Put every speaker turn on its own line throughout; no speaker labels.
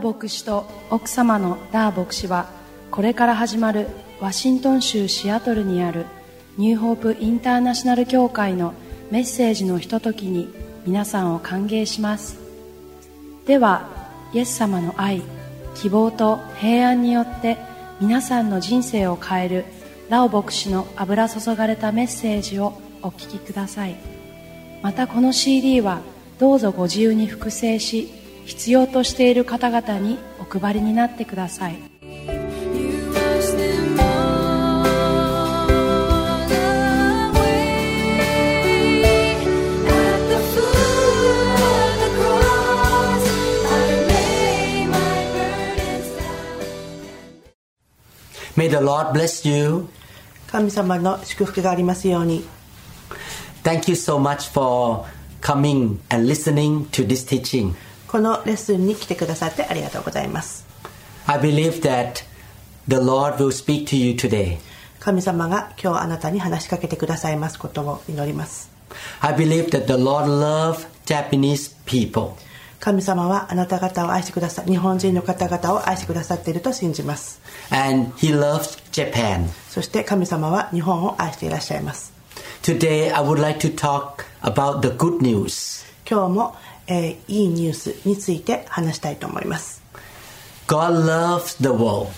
牧師と奥様のダー牧師はこれから始まるワシントン州シアトルにあるニューホープインターナショナル協会のメッセージのひとときに皆さんを歓迎しますではイエス様の愛希望と平安によって皆さんの人生を変えるラオ牧師の油注がれたメッセージをお聞きくださいまたこの CD はどうぞご自由に複製し必要としている方々にお配りになってください
You wash them all away at the foot of the cross. I lay my burdens down.
May the Lord bless you.
神様の祝福がありますように
Thank you so much for coming and listening to this teaching.
このレッスンに来てくださってありがとうございます
I believe that the Lord will speak to you today.
神様が今日あなたに話しかけてくださいますことを祈ります
I believe that the Lord loves Japanese people.
神様はあなた方を愛してくださ日本人の方々を愛してくださっていると信じます
and he loves Japan.
そして神様は日本を愛していらっしゃいます
Today, I would like to talk about the good news.
今日も、えーいいニュースについて話したいと思います
God loves the world,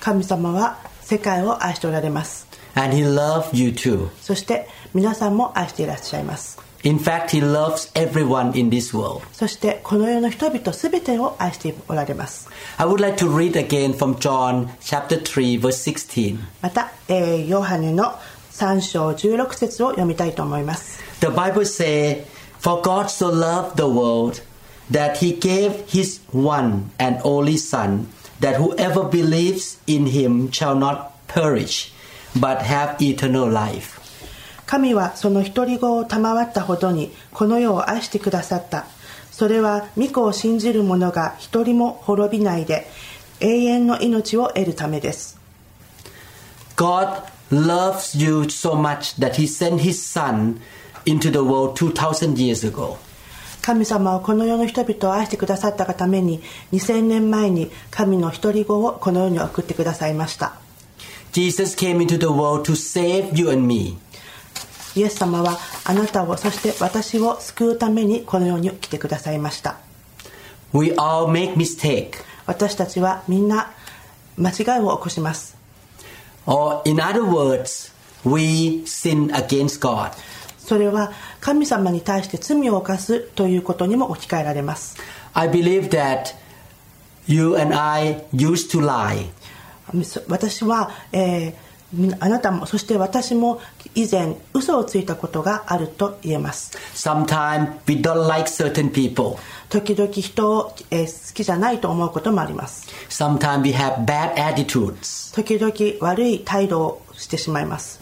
神様は世界を愛しておられます
and he loves you too.
そして皆さんも愛していらっしゃいます
In fact, he loves everyone in this world.
そしてこの世の人々全てを愛しておられます
I would like to read again from John chapter 3, verse 16.
また、えーヨハネの3章16節を読みたいと思います
The Bible says, For God so loved the world that he gave his one and only Son, that whoever believes in him shall not perish, but have eternal life.
神はその独り子を賜ったほどにこの世を愛してくださったそれは御子を信じる者が一人も滅びないで永遠の命を得るためです
God loves you so much that He sent His Son into the world 2,000 years ago.
神様はこの世の人々を愛してくださったがために2000年前に神の独り子をこの世に送ってくださいました
Jesus came into the world to save you and me.
イエス様はあなたをそして私を救うためにこの世に来てくださいました
We all make mistake,
私たちはみんな間違いを起こします
or in other words, we sin against God.
それは神様に対して罪を犯すということにも置き換えられます
I believe that you and I used to lie.
私は、えーあなたもそして私も以前嘘をついたことがあると言えます
Sometimes we don't like certain people.
時々人を、えー好きじゃないと思うこともあります
Sometimes we have bad attitudes.
時々悪い態度をしてしまいます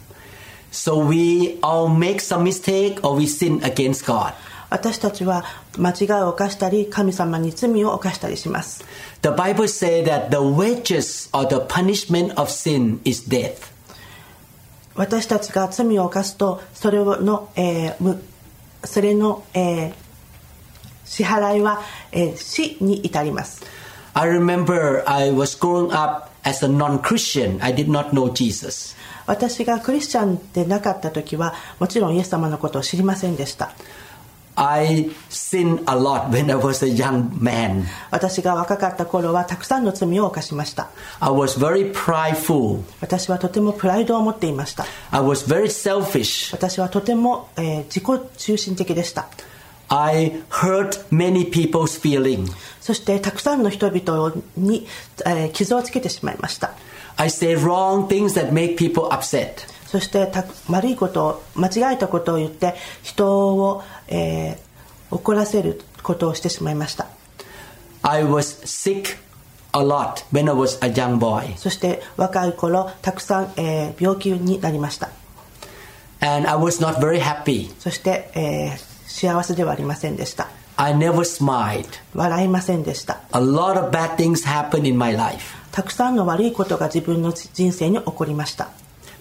So we all make some mistake or we sin against God.
私たちは間違いを犯したり神様に罪を犯したりします
The Bible says that the wages or the punishment of sin is death.
私たちが罪を犯すとそれの、えーむそれの、えー支払いは、えー死に至ります
I remember I was growing up as a non Christian. I did not know Jesus.
私がクリスチャンでなかった時はもちろんイエス様のことを知りませんでした
I sinned a lot when I was a young man.
私が若かった頃はたくさんの罪を犯しました
I was very prideful.
私はとてもプライドを持っていました
I was very selfish.
私はとても、えー自己中心的でした
I hurt many people's feelings.
そしてたくさんの人々に、えー傷をつけてしまいました
I say wrong things that make people upset.
そしてた悪いことを間違えたことを言って人を、えー怒らせることをしてしまいました
I was sick a lot when I was a young boy.
そして若い頃たくさん、えー病気になりました
And I was not very happy.
そして、えー幸せではありませんでした
I never smiled.
笑いませんでした
A lot of bad things happened in my life.
たくさんの悪いことが自分の人生に起こりました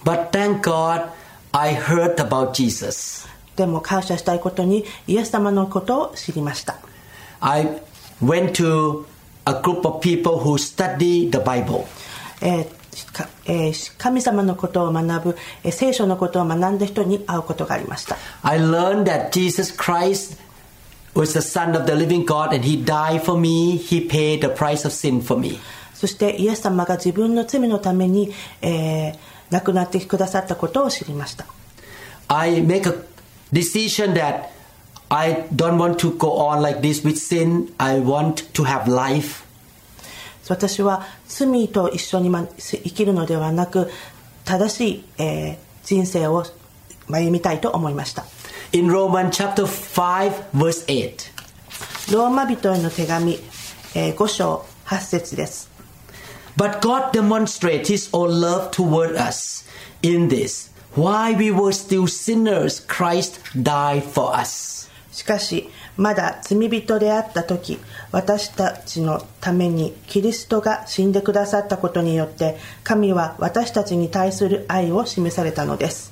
But thank God I heard about Jesus.
でも感謝したいことにイエス様のことを知りました
I went to a group of people who study the Bible.
えーかえー神様のことを学ぶ、えー聖書のことを学んだ人に会うことがありました
I learned that Jesus Christ was the Son of the living God and He died for me. He paid the price of sin for me.
そしてイエス様が自分の罪のために、えー亡くなってくださったことを知りました
I make a decision that I don't want to go on like this with sin. I want to have life.
私は罪と一緒にま生きるのではなく正しい、えー人生を歩みたいと思いました
In Romans chapter 5 verse 8.
ローマ人への手紙、え5章8節です
But God demonstrates His own love toward us in this. While we were still sinners, Christ died for us.
しかしまだ罪人であった時私たちのためにキリストが死んでくださったことによって神は私たちに対する愛を示されたのです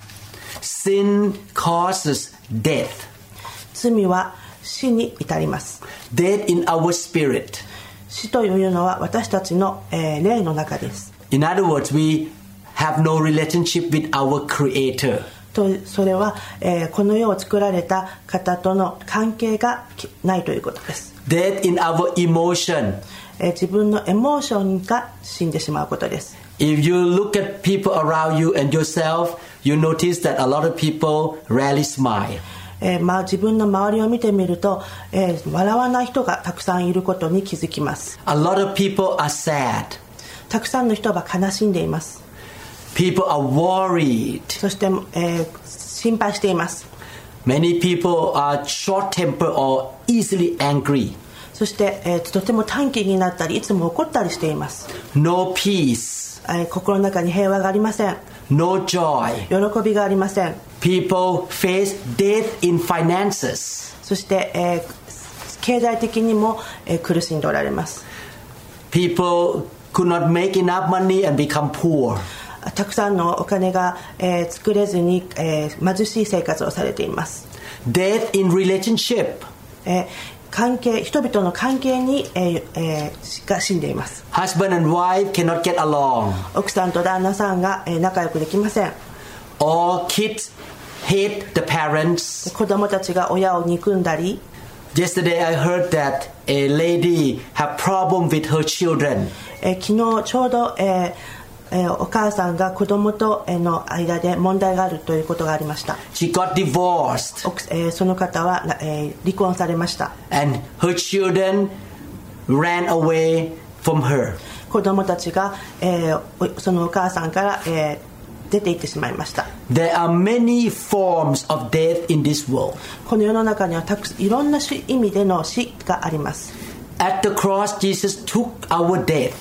Sin causes death,
罪は死に至ります
death in our spirit.
死というのは私たちの、えー霊の中です
In other words, we have no relationship with our Creator.
とそれは、えーこの世を作られた方との関係がきないということです、
Death in our emotion.
えー自分のエモーションが死んでしまうことです
If you look at people around you and yourself, you notice that a lot of people rarely smile.
えーまあ、自分の周りを見てみると、えー笑わない人がたくさんいることに気づきます
A lot of people are sad.
たくさんの人は悲しんでいます
People are worried.
そして、えー心配しています
Many people are short tempered or easily angry.
そして、えーとても短気になったりいつも怒ったりしています、
No peace,
えー心の中に平和がありません
no joy.
喜びがありません
People face death in finances.
そして、えー経済的にも、えー苦しんでおられます
People could not make enough money and become poor.
たくさんのお金が、えー作れずに、えー貧しい生活をされています、
Death in relationship.
えー関係人々の関係に、えーえーが死んでいます
Husband and wife cannot get along.
奥さんと旦那さんが、えー仲良くできません
All kids hate the parents.
子供たちが親を憎んだり
Yesterday I heard that a lady had problem with her children.
えー昨日ちょうど、えーえーお母さんが子供とえーの間で問題があるということがありました、
She got divorced
奥えーその方は、なえー離婚されました
and her children ran away from her.
子供たちが、えーおそのお母さんから、えー出て行ってしまいました
There are many forms of death in this world.
この世の中にはたくいろんな種意味での死があります、
At the cross, Jesus took our death.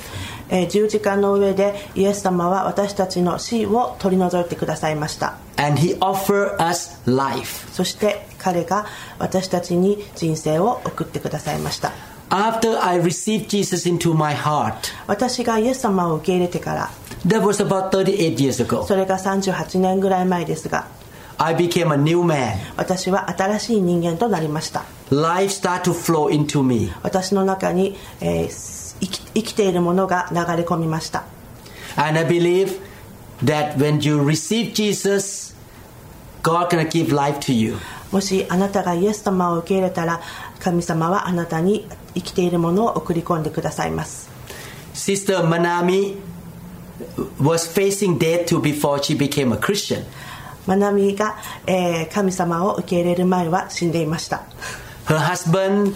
えー十字架の上でイエス様は私たちの死を取り除いてくださいました
And he offered us life.
そして彼が私たちに人生を送ってくださいました
After I received Jesus into my heart,
私がイエス様を受け入れてから
that was about 38 years ago,
それが38年ぐらい前ですが
I became a new man.
私は新しい人間となりました
Life started to flow into me.
私の中に、えー生き生きているものが流れ込みました
And I believe that when you receive Jesus, God gonna give life to you.
もしあなたがイエス様を受け入れたら神様はあなたに生きているものを送り込んでくださいます
Sister Manami was facing death too before she became a Christian.
マナミが、えー神様を受け入れる前は死んでいました、
Her husband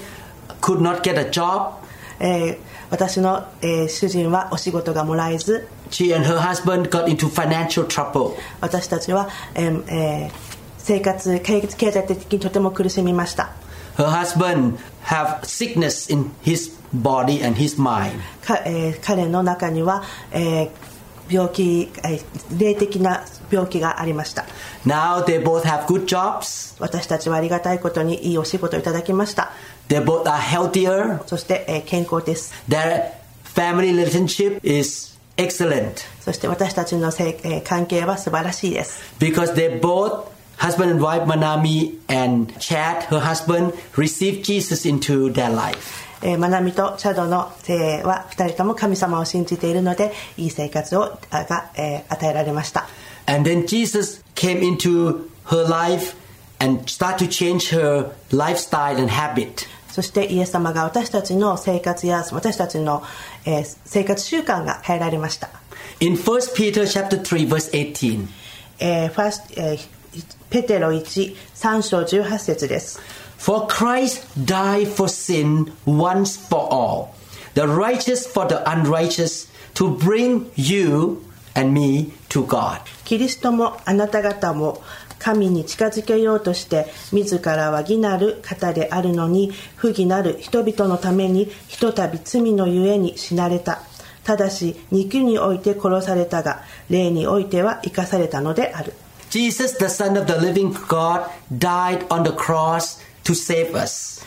could not get a job.
えー私の、えー主人はお仕事がもらえず
She and her husband got into financial trouble.
私たちは、えーえー生活経経済的にとても苦しみました
Her husband have sickness in his body and his mind.
か、えー彼の中には、えー病気、えー霊的な病気がありました
Now they both have good jobs.
私たちはありがたいことにいいお仕事をいただきました
They both are healthier.
そして、えー健康です
Their family relationship is excellent
そして私たちのせい、えー関係は素晴らしいです
because they both Husband and wife Manami and Chad, her husband, received Jesus into their life.
えーマナミとチャドの生は2人とも神様を信じているのでいい生活をあが、えー与えられました
And then Jesus came into her life and start to change her lifestyle and habit.
そしてイエス様が私たちの生活や私たちの、えー生活習慣が変えられました、
In 1 Peter chapter 3 verse 18,
えーファースえーペテロ13章18節です
For Christ died for sin once for all, the righteous for the unrighteous, to bring you and me to God.
キリストもあなた方も神に近づけようとして自らは義なる方であるのに不義なる人々のためにひとたび罪のゆえに死なれたただし肉において殺されたが霊においては生かされたのである
Jesus, the Son of the living God, died on the cross to save us.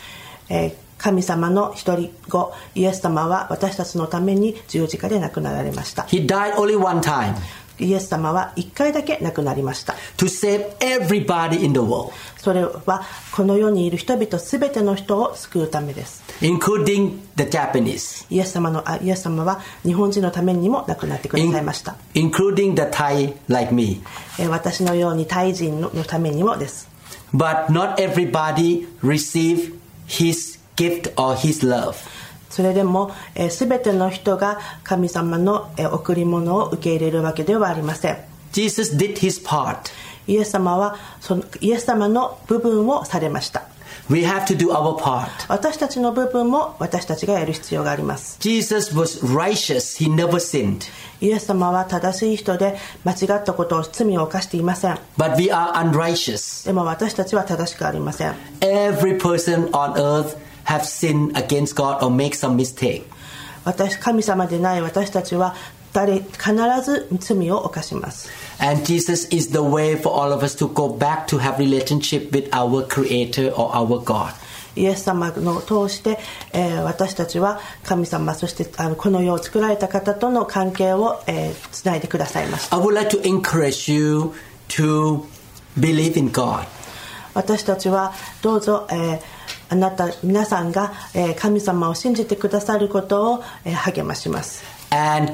えー神様の一人子イエス様は私たちのために十字架で亡くなられました
He died only one time
イエス様は一回だけ亡くなりました
to save everybody in the world,
それはこの世にいる人々全ての人を救うためです
including the Japanese,
イエス様のあイエス様は日本人のためにも亡くなってくだ
in-
さいました、
including the Thai like me.
えー私のようにタイ人ののためにもです
But not everybody received his gift or his love.
それでも、えー、全ての人が神様の、えー贈り物を受け入れるわけではありません
Jesus did his part.
イエス様はそのイエス様の部分をされました
We have to do our part.
私たちの部分も私たちがやる必要があります
Jesus was righteous, he never sinned.
イエス様は正しい人で間違ったことを罪を犯していません
But we are unrighteous.
でも私たちは正しくありません
Every person on earth have sinned against God or make some mistake.
私神様でない私たちは誰必ず罪を犯します
And Jesus is the way for all of us to go back to have relationship with our creator or our God.
イエス様の通して、えー私たちは神様そしてあのこの世を作られた方との関係を、えーつないでくださいました
I would like to encourage you to believe in God.
私たちはどうぞ、えーあなた皆さんが、えー神様を信じてくださることを、えー励まします
and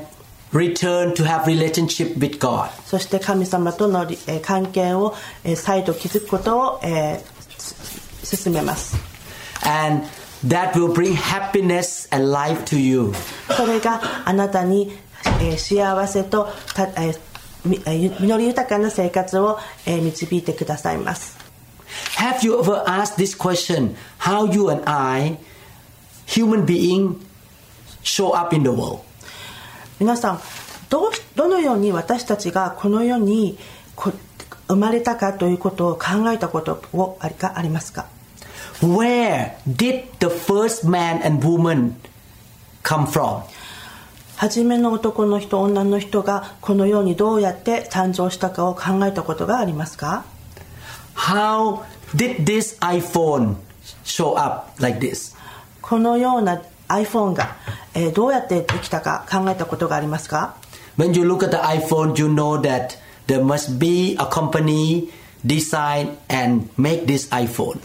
return to have relationship with God.
そして神様とのり、えー関係を、えー再度築くことを、えーす進めます
And that will bring happiness and life to you.
それがあなたに、えー幸せとた、えーみえーゆ実り豊かな生活を、えー導いてくださいます
Have you ever asked this question how you and I human being show up in the world?
皆さんどうどのように私たちがこの世にこ生まれたかということを考えたことをありかありますか
Where did the first man and woman come from?
初めの男の人女の人がこの世にどうやって誕生したかを考えたことがありますか
How did this iPhone show up like this?
このような iPhone が、えーどうやってできたか考えたことがありますか
When you look at the iPhone, you know that there must be a company design and make this iPhone.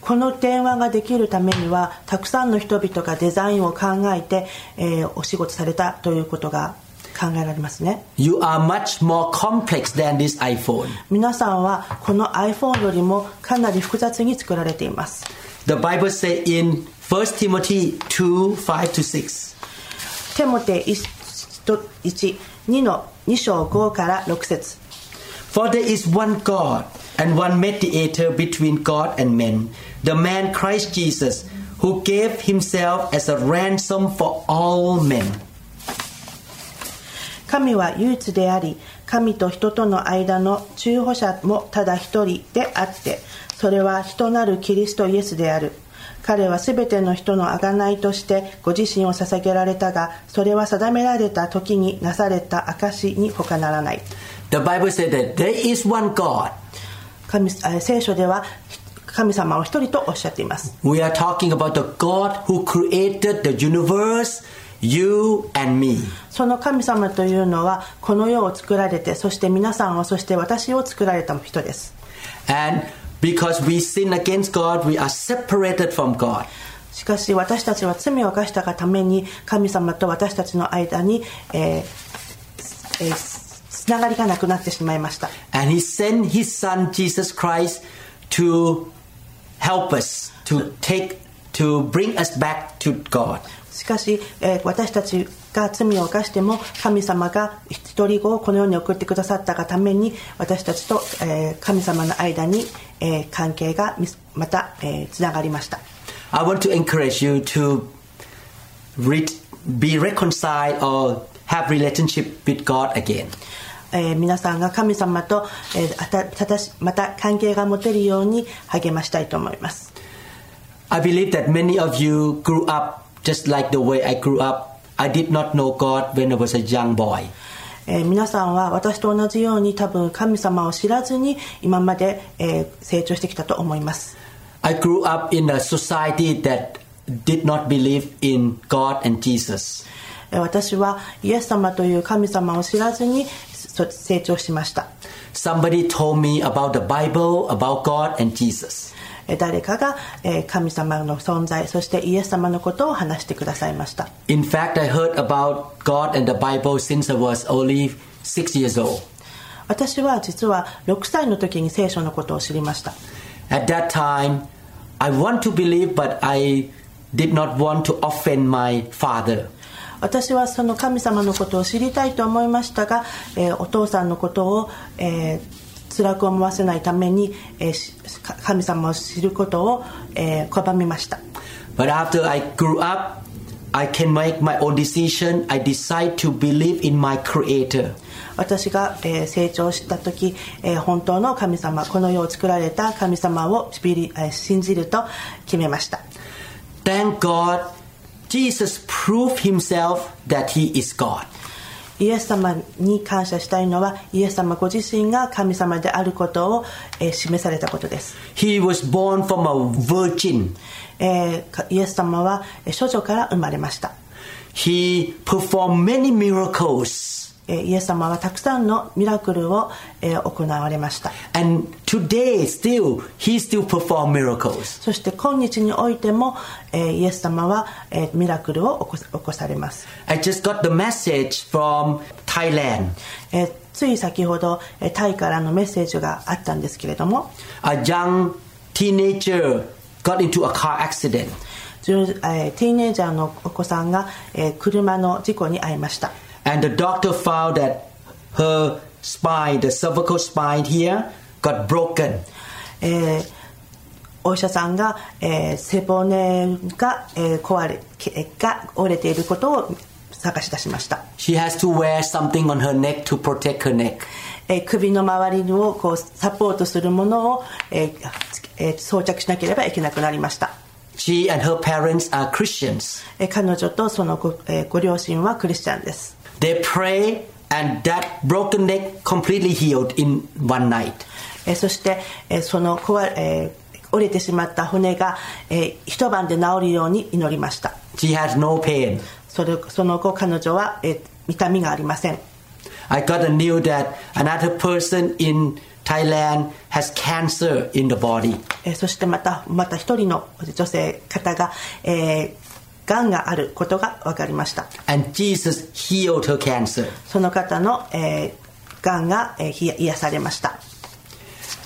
この電話ができるためにはたくさんの人々がデザインを考えて、えーお仕事されたということが考えられますね
You are much more complex than this iPhone.
皆さんはこの iPhone よりもかなり複雑に作られています
The Bible says in 1 Timothy 2 5 to 6.
テモテ12の2章5から6節
For there is one God and one mediator between God and men, the man Christ Jesus, who gave himself as a ransom for all men.
神は唯一であり神と人との間の中保者もただ一人であってそれは人なるキリストイエスである彼は全ての人の贖いとしてご自身を捧げられたがそれは定められた時になされた証に他ならない
The Bible says that there is one God.
神えー聖書では神様を一人とおっしゃっています
We are talking about the God who created the universe, you and me.
その神様というのはこの世を作られてそして皆さんをそして私を作られた人です
And because we sin against God, we are separated from God.
しかし私たちは罪を犯したがために神様と私たちの間に、えーえーつながりがなくなってしまいました
And He sent His Son Jesus Christ to help us to take to bring us back to God.
しかし、えー私たちが罪を犯しても神様が一人子をこの世に送ってくださったがために私たちと、えー神様の間に、えー関係がみまた、えーつながりました
I want to encourage you to re- be reconciled or have relationship with God again.
えー皆さんが神様と、えーあたただしまた関係が持てるように励ましたいと思います
I believe that many of you grew up just like the way I grew up. I did not know God when I was a young boy.
えー皆さんは私と同じように多分神様を知らずに今まで、えー成長してきたと思います
I grew up in a society that did not believe in God and Jesus.
えー私はイエス様という神様を知らずにそ成長しました、
Somebody told me about the Bible, about God and Jesus.
えー誰かが、えー神様の存在そしてイエス様のことを話してくださいました
In fact, I heard about God and the Bible since I was only six years old.
私は実は6歳の時に聖書のことを知りました
At that time, I want to believe, but I did not want to offend my father.
私はその神様のことを知りたいと思いましたが、えーお父さんのことを、えー辛く思わせないために、えーしか神様を知ることを、えー拒みました
But after I grew up, I can make my own decision. I decide to believe in my Creator.
私が、えー成長した時、えー本当の神様この世を作られた神様をビリ、えー信じると決めました
Thank God, Jesus proved himself that he is God.
イエス様に感謝したいのはイエス様ご自身が神様であることを、えー示されたことです
He was born from a virgin.
えーかイエス様はえー処女から生まれました
He performed many miracles.
えーイエス様はたくさんのミラクルをえー行われました
And today, still, he still performs miracles.
そして今日においてもえーイエス様はえーミラクルを起こす起こされます
I just got the message from Thailand.
えーつい先ほどえータイからのメッセージがあったんですけれども
A young teenager got into a car accident.
じゅうえーティーネイジャーのお子さんがえー車の事故に遭いました
And the doctor found that her spine, the cervical spine here, got broken.
えーお医者さんが、えー背骨が、えー壊れけが折れていることを探し出しました
She has to wear something on her neck to protect her neck.
えー首の周りをこうサポートするものを、えーつえー装着しなければいけなくなりました、
She and her parents are Christians.
えー彼女とそのご,、えーご両親はクリスチャンです
They pray, and that broken neck completely healed in one night.
えーそして、えーその壊れ、えー折れてしまった骨が、えー一晩で治るように祈りました
She has no pain.
それその後彼女は、えー痛みがありません
I got the news that another person in Thailand has cancer in the body.
えーそしてまたまた一人の女性方が、えー、がんがあることが分かりました
And Jesus healed her cancer.
その方の、えー、がんが、えーひや癒されました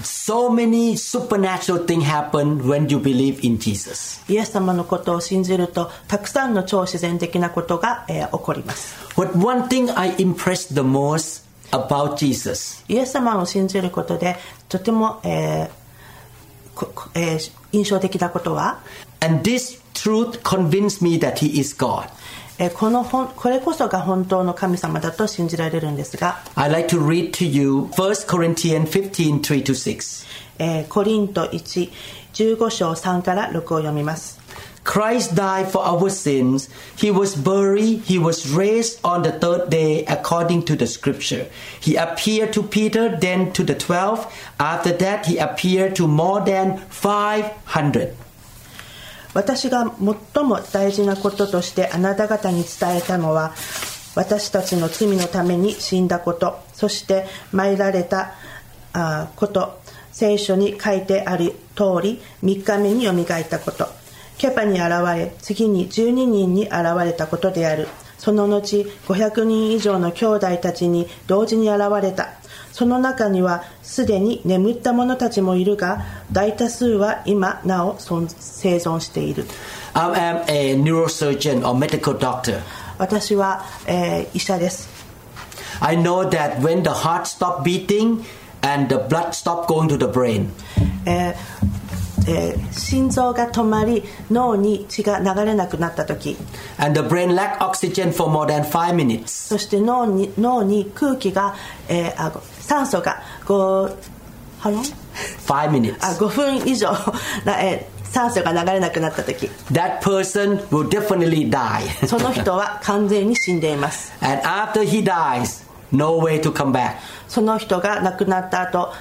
So many supernatural things happen when you believe in Jesus.
イエス様のことを信じるとたくさんの超自然的なことが、えー起こります
But one thing I impressed the most about Jesus
イエス様を信じることでとても、えーここえー印象的なことは、
and this truth convinced me that he is God.
えーこの本これこそが本当の神様だと信じられるんですが
I'd like to read to you 1 Corinthians 15 3 to 6.
えーコリント115章3から6を読みます
Christ died for our sins. He was buried. He was raised on the third day according to the scripture. He appeared to Peter, then to the twelve. After that, he appeared to more than 500.
私が最も大事なこととしてあなた方に伝えたのは私たちの罪のために死んだことそして参られたあーこと聖書に書いてある通り3日目によみがえったことキャパに現れ次に12人に現れたことであるその後500人以上の兄弟たちに同時に現れたその中にはすでに眠った者たちもいるが大多数は今なお存生存している
I am a neurosurgeon or medical doctor.
私は、えー医者です
I know that when the heart stops beating and the blood stops going to the brain,
えーえー心臓が止まり脳に血が流れなくなった時
and the brain lack oxygen for more than five minutes,
そして脳に脳に空気が、えーあご酸素が5ハロン
five
あ
minutes,
5分以上 な、えー酸素が流れなくなった時
that person will definitely die.
その人は完全に死んでいます
and after he dies, no way to come back.
その人が亡くなった後、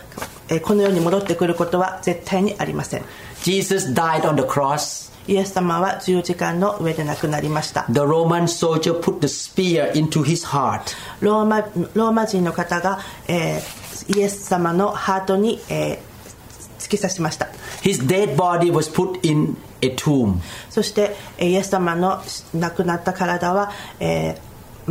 えーこの世に戻ってくることは絶対にありません
Jesus died on the cross.
イエス様は十字架の上で亡くなりました
The Roman soldier put the spear into his heart.
ローマローマ人の方が、えーイエス様のハートに、えー突き刺しました
His dead body was put in a tomb.
そしてえーイエス様の亡くなった体は、えー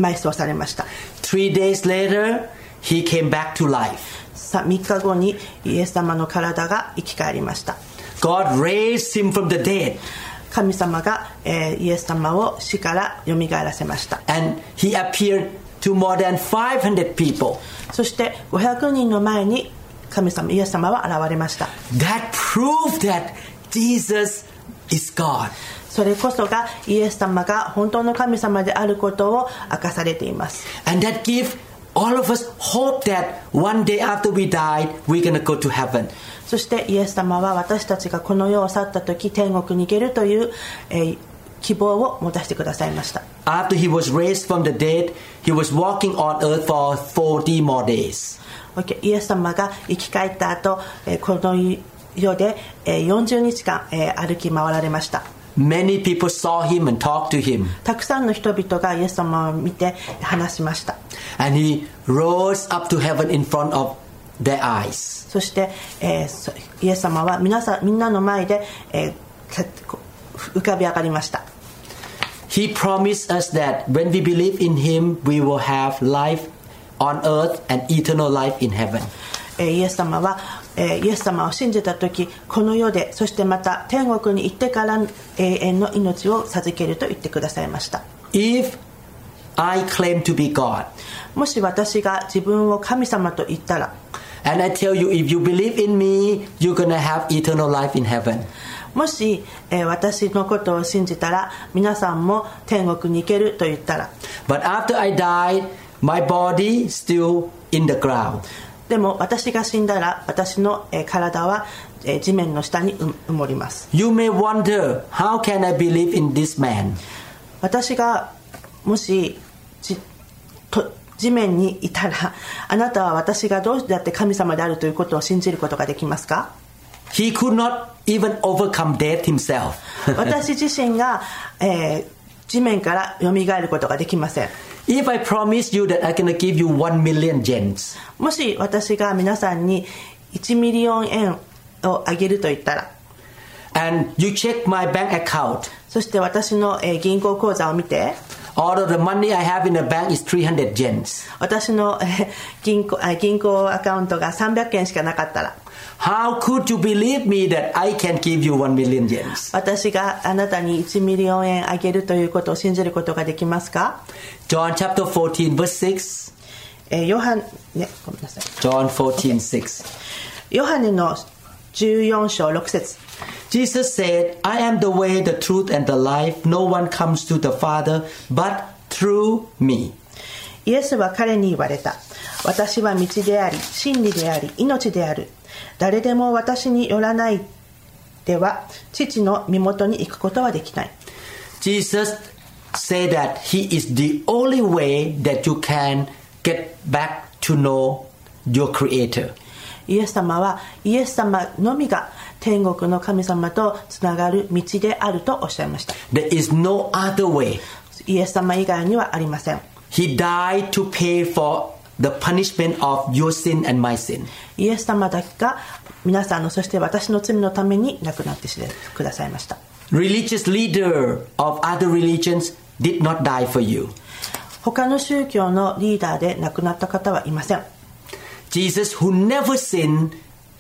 埋葬されました
Three days later, he came back to life.
さ3日後にイエス様の体が生き返りました
God raised him from the dead
神様が、えーイエス様を死からよみがえらせました
and he appeared to more than 500 people.
そして500人の前に神様イエス様は現れました
That proved that Jesus is God.
それこそがイエス様が本当の神様であることを明かされています
And that gives all of us hope that one day after we die, we're going to go to heaven.
そしてイエス様は私たちがこの世を去った時天国に行けるという、えー希望を持たせてくださいました
After he was raised from the dead, he was walking on earth for 40 more days.
OK イエス様が生き返った後、えーこの世で、えー40日間、えー歩き回られました
Many people saw him and talked to him.
たくさんの人々がイエス様を見て話しました
And he rose up to heaven in front of their eyes.
そして、えーそイエス様は皆さんみんなの前で、えーかこ浮かび上がりました
He promised us that when we believe in him, we will have life on earth and eternal life in heaven.
えーイエス様は、えーイエス様を信じた時この世でそしてまた天国に行ってから永遠の命を授けると言ってくださいました
If I claim to be God,
もし私が自分を神様と言ったら
and I tell you, if you believe in me, you're going to have eternal life in heaven.
もし、えー私のことを信じたら皆さんも天国に行けると言ったら
But after I died, my body still in the ground.
でも私が死んだら私の、えー体は、えー地面の下にう埋もります
You may wonder, how can I believe in this man?
私がもしじと地面にいたら あなたは私がどうやって神様であるということを信じることができますか
He could not even overcome death himself.
私自身が、えー地面からよみがえることができません
If I promise you that I'm going to give you 1 million gens,
もし私が皆さんに1ミリオン円をあげると言ったら
and you check my bank account,
そして私の、えー銀行口座を見て
all of the money I have in the bank is 300 gens.
私の、えー銀行あ銀行アカウントが300円しかなかったら
How could you believe me that I can give you 1 million gens?
私があなたに1ミリオン円あげるということを信じることができますか
John chapter 14, verse 6.
えーヨハネ、ね、ごめんなさい。
John 14, 6.
ヨハネの14章6節
Jesus said, I am the way, the truth, and the life. No one comes to the Father but through me.
イエスは彼に言われた。私は道であり、真理であり、命である。誰でも私によらないでは、父の身元に行くことはできない。
Jesus said that he is the only way that you can get back to know your creator.
イエス様は、イエス様のみが天国の神様とつながる道であるとおっしゃいました。
There is no other way.
イエス様以外にはありません。
He died to pay for the punishment of your sin and my sin.
イエス様だけが皆さんのそして私の罪のために亡くなってくださいました
Religious leader of other religions did not die for you.
他の宗教のリーダーで亡くなった方はいません
Jesus, who never sinned,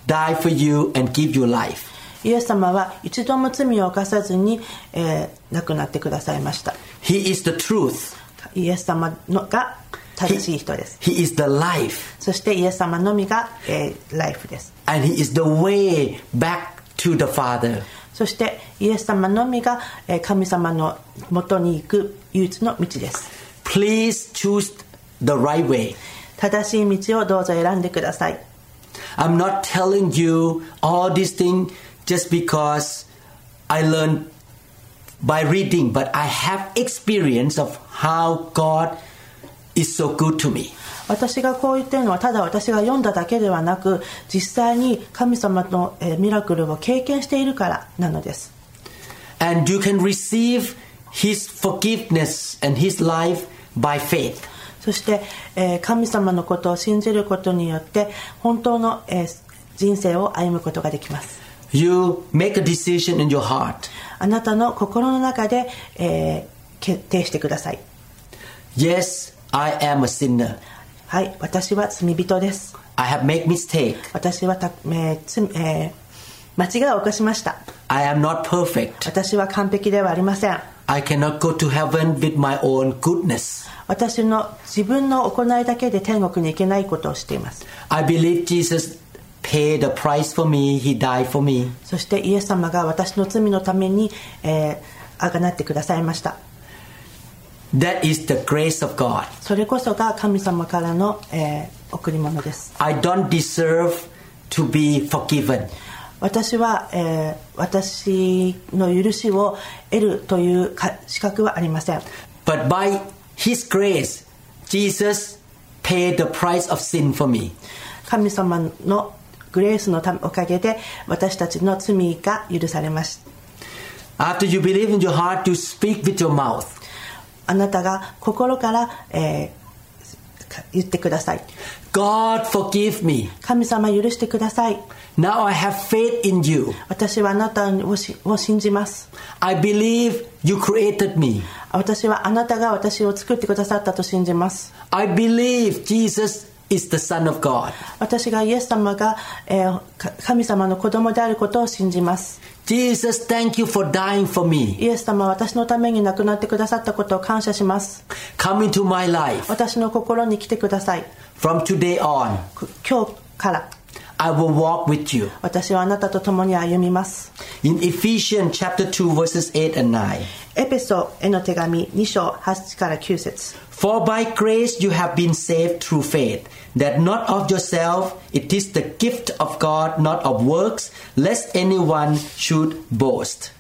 died for you and give you life.
イエス様は一度も罪を犯さずに、えー亡くなってくださいました
He is the truth.
イエス様のが正しい人です
He is the life.
そしてイエス様のみが、えーライフです
And he is the way back to the Father.
そしてイエス様のみがえー神様のもとに行く唯一の道です
Please choose the right way.
正しい道をどうぞ選んでください
I'm not telling you all these things just because I learned by reading, but I have experience of how God is so good to me.
私がこう言ってるのはただ私が読んだだけではなく実際に神様のえーミラクルを経験しているからなのです
And you can receive His forgiveness and His life by faith.
そして、えー神様のことを信じることによって本当の、えー人生を歩むことができます
You make a decision in your heart.
あなたの心の中で、えー決定してください
Yes, I am a sinner.
はい私は罪人です
I have made mistake.
私はた、えーつえー間違いを犯しました
I am not perfect.
私は完璧ではありません
I cannot go to heaven with my own goodness.
私の自分の行いだけで天国に行けないことをしています
I believe Jesus paid the price for me. He died for me.
そしてイエス様が私の罪のために、えー、あがなってくださいました
That is the grace of God.
それこそが神様からの、えー贈り物です
I don't deserve to be forgiven.
私は、えー私の許しを得るというか資格はありません
But by His grace, Jesus paid the price of sin for me.
神様のグレースのたおかげで私たちの罪が許されました
After you believe in your heart, you speak with your mouth.
あなたが心から、えーか言ってください
God, forgive me.
神様許してください
Now I have faith in you.
私はあなたをしを信じます
I believe you created me.
私はあなたが私を作ってくださったと信じます
I believe Jesus is the Son of God.
私がイエス様が、えーか神様の子供であることを信じます
Jesus, thank you for dying for me.
イエス様は私のために亡くなってくださったことを感謝します
Come into my life.
私の心に来てください
From today on,
く今日から
I will walk with you.
私はあなたと共に歩みます
In Ephesians chapter 2 verses 8 and 9.
エペソへの手紙2章8から9節
For by grace you have been saved through faith, that not of yourself, it is the gift of God, not of works, lest anyone should boast.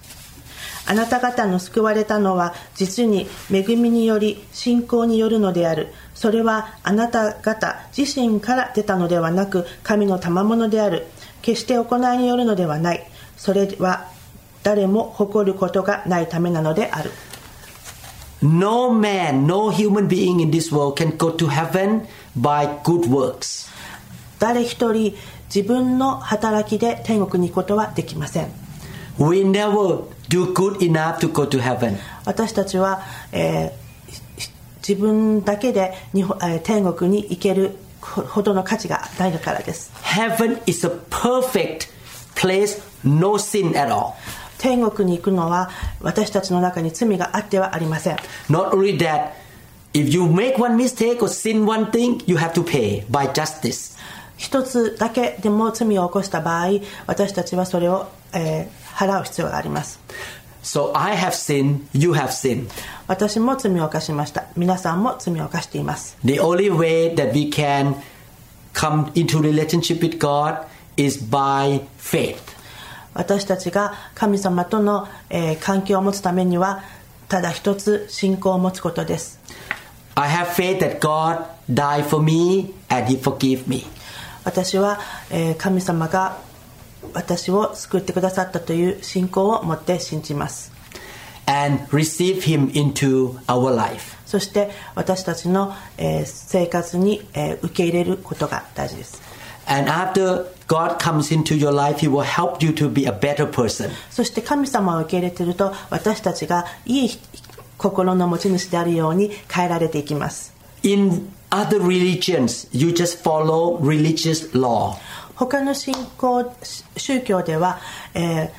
あなた方の救われたのは実に恵みにより信仰によるのであるそれはあなた方自身から出たのではなく神の賜物である決して行いによるのではないそれは誰も誇ることがないためなのである
No man, no human being in this world can go to heaven by good works.
誰一人自分の働きで天国に行くことはできません
We never do good enough to go to heaven.
私たちは、えーひ自分だけで日本えー天国に行けるほほどの価値がないからです
Heaven is a perfect place, no sin at all.
天国に行くのは私たちの中に罪があってはありません
Not only that, if you make one mistake or sin one thing, you have to pay by justice.
一つだけでも罪を起こした場合私たちはそれを、えー払う必要があります
So I have sinned, you have sinned.
私も罪を犯しました皆さんも罪を犯しています
The only way that we can come into relationship with God is by faith.
私たちが神様との、えー関係を持つためにはただ一つ信仰を持つことです
I have faith that God died for me and He forgave me.
私は、えー神様が私を救ってくださったという信仰を持って信じます
And receive Him into our life.
そして私たちの、えー生活に、えー受け入れることが大事です
And after God comes into your life, He will help you to be a better person.
そして神様を受け入れていると私たちがいい心の持ち主であるように変えられていきます
In other religions, you just follow religious law.
他の信仰宗教では、えー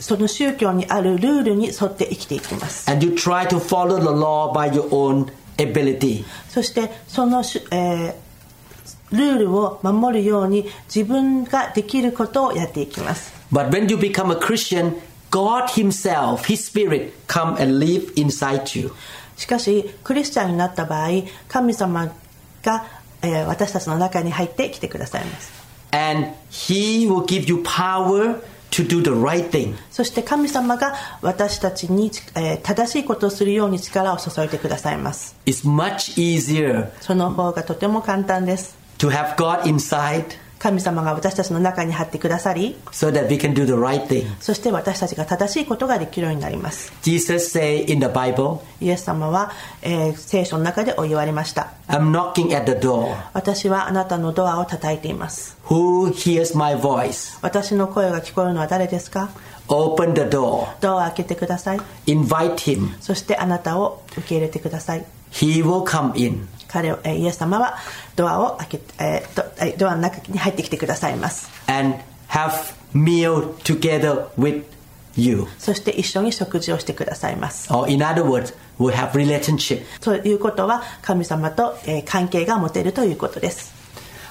その宗教にあるルールに沿って生きていきます
and you try to follow the law by your own ability.
そしてそのし、えールールを守るように自分ができることをやっていきます
But when you become a Christian, God Himself, His Spirit, come and live inside you.
しかしクリスチャンになった場合神様が、えー私たちの中に入ってきてくださいます
And He will give you power to do the right thing.
そして神様が私たちに、えー正しいことをするように力を注いでくださいます
It's much easier
その方がとても簡単です
to have God inside
神様が私たちの中に張ってくださり
so that we can do the right thing.
そして私たちが正しいことができるようになります
Jesus say in the Bible,
イエス様は、えー聖書の中でお言われました
I'm knocking at the door.
私はあなたのドアを叩いています
Who hears my voice?
私の声が聞こえるのは誰ですか
Open the door.
ドアを開けてください
Invite him.
そしてあなたを受け入れてください
He will come in.
彼をえーイエス様はドアを開けて、えーとえードアの中に入ってきてくださいます
and have meal together with you
そして一緒に食事をしてくださいます
or in other words we have relationship
ということは神様と、えー関係が持てるということです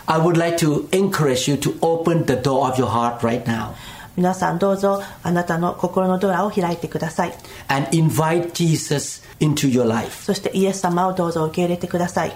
i would like to encourage you to open the door of your heart right now
皆さんどうぞあなたの心のドアを開いてください
and invite jesus into your life
そしてイエス様をどうぞ受け入れてください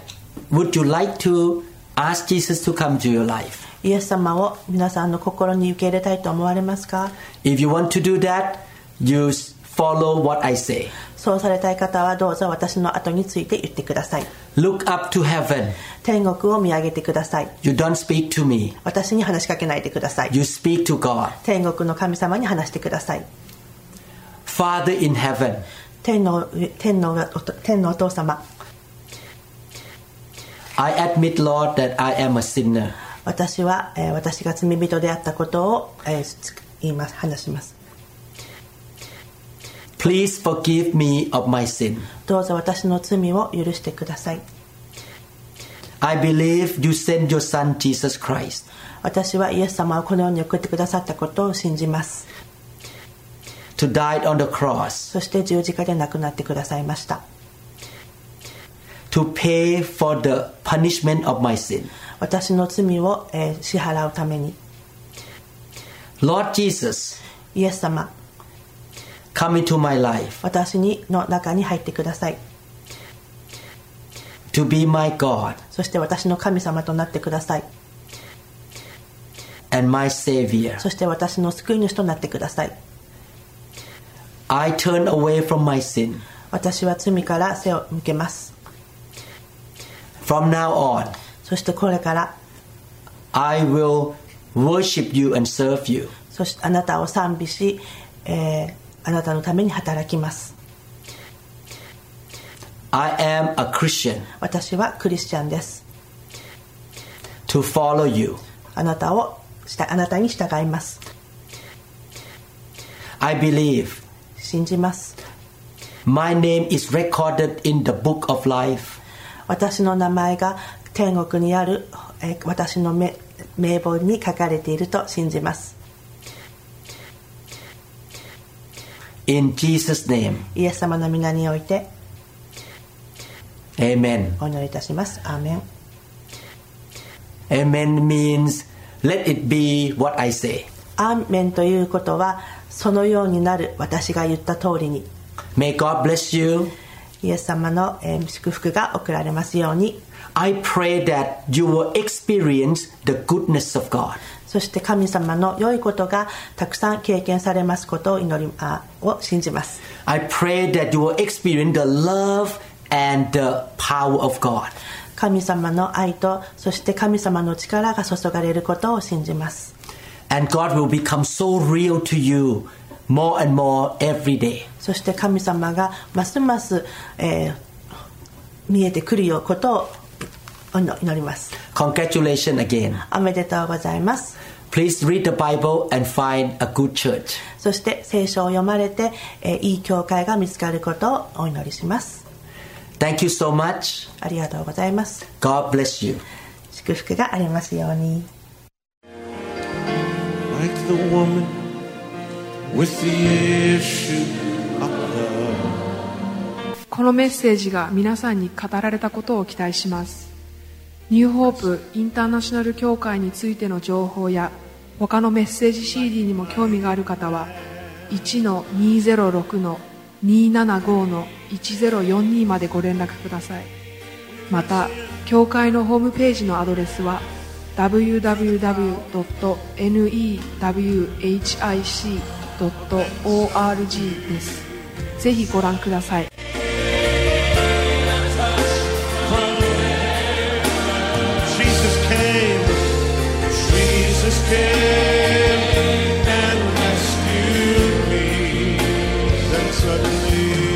would you like to ask jesus to come to your life
イエス様を皆さんの心に受け入れたいと思われますか
if you want to do that you s- follow what i say
そうされたい方はどうぞ私の後について言ってください
look up to heaven
天国を見上げてください
you don't speak to me
私に話しかけないでください
you speak to god
天国の神様に話してください
father in heaven
天の天のお父天のお父様
i admit lord that i am a sinner
私は、えー私が罪人であったことを、えーつ言います話します
Please forgive me of my sin.
どうぞ私の罪を許してください
I believe you sent your son Jesus Christ.
私はイエス様をこの世に送ってくださったことを信じます
to die on the cross
そして十字架で亡くなってくださいました
to pay for the punishment of my sin.
私の罪を、えー支払うために
Lord Jesus,
イエス様
come into my life
私にの中に入ってください
to be my God
そして私の神様となってください
and my Savior.
そして私の救い主となってください
I turn away from my sin.
私は罪から背を向けます
From now on,
そしてこれから
I will worship you and serve you.
そしてあなたを賛美し、えーあなたのために働きます
I am a Christian
私はクリスチャンです
to follow you.
あなたをしたあなたに従います
I believe
信じます
my name is recorded in the book of life.
私の名前が天国にある、えー私の名名簿に書かれていると信じます
In Jesus' name,
イエス様の皆において
amen.
お祈りいたしますアーメン
Amen means let it be what I say.
アーメンということはそのようになる私が言った通りに
May God bless you.
イエス様のえー祝福が送られますように
I pray that you will experience the goodness of God.
そして神様の良いことがたくさん経験されますことを祈りあを信じます
I pray that you will experience the love and the power of God.
神様の愛とそして神様の力が注がれることを信じます
And God will become so real to you more and more every day.
そして神様がますます、えー見えてくるようことをお祈祈ります
Congratulations again.
おめでとうございます
Please read the Bible and find a good church.
そして聖書を読まれて、えーいい教会が見つかることをお祈りします
Thank you so much.
ありがとうございます
God bless you.
祝福がありますように
like the woman with the issue of blood.
このメッセージが皆さんに語られたことを期待しますニューホープインターナショナル協会についての情報や他のメッセージ CD にも興味がある方は1-206-275-1042までご連絡くださいまた協会のホームページのアドレスは www.newhic.org ですぜひご覧ください
Jesus came, Jesus came and rescued me. Then suddenly.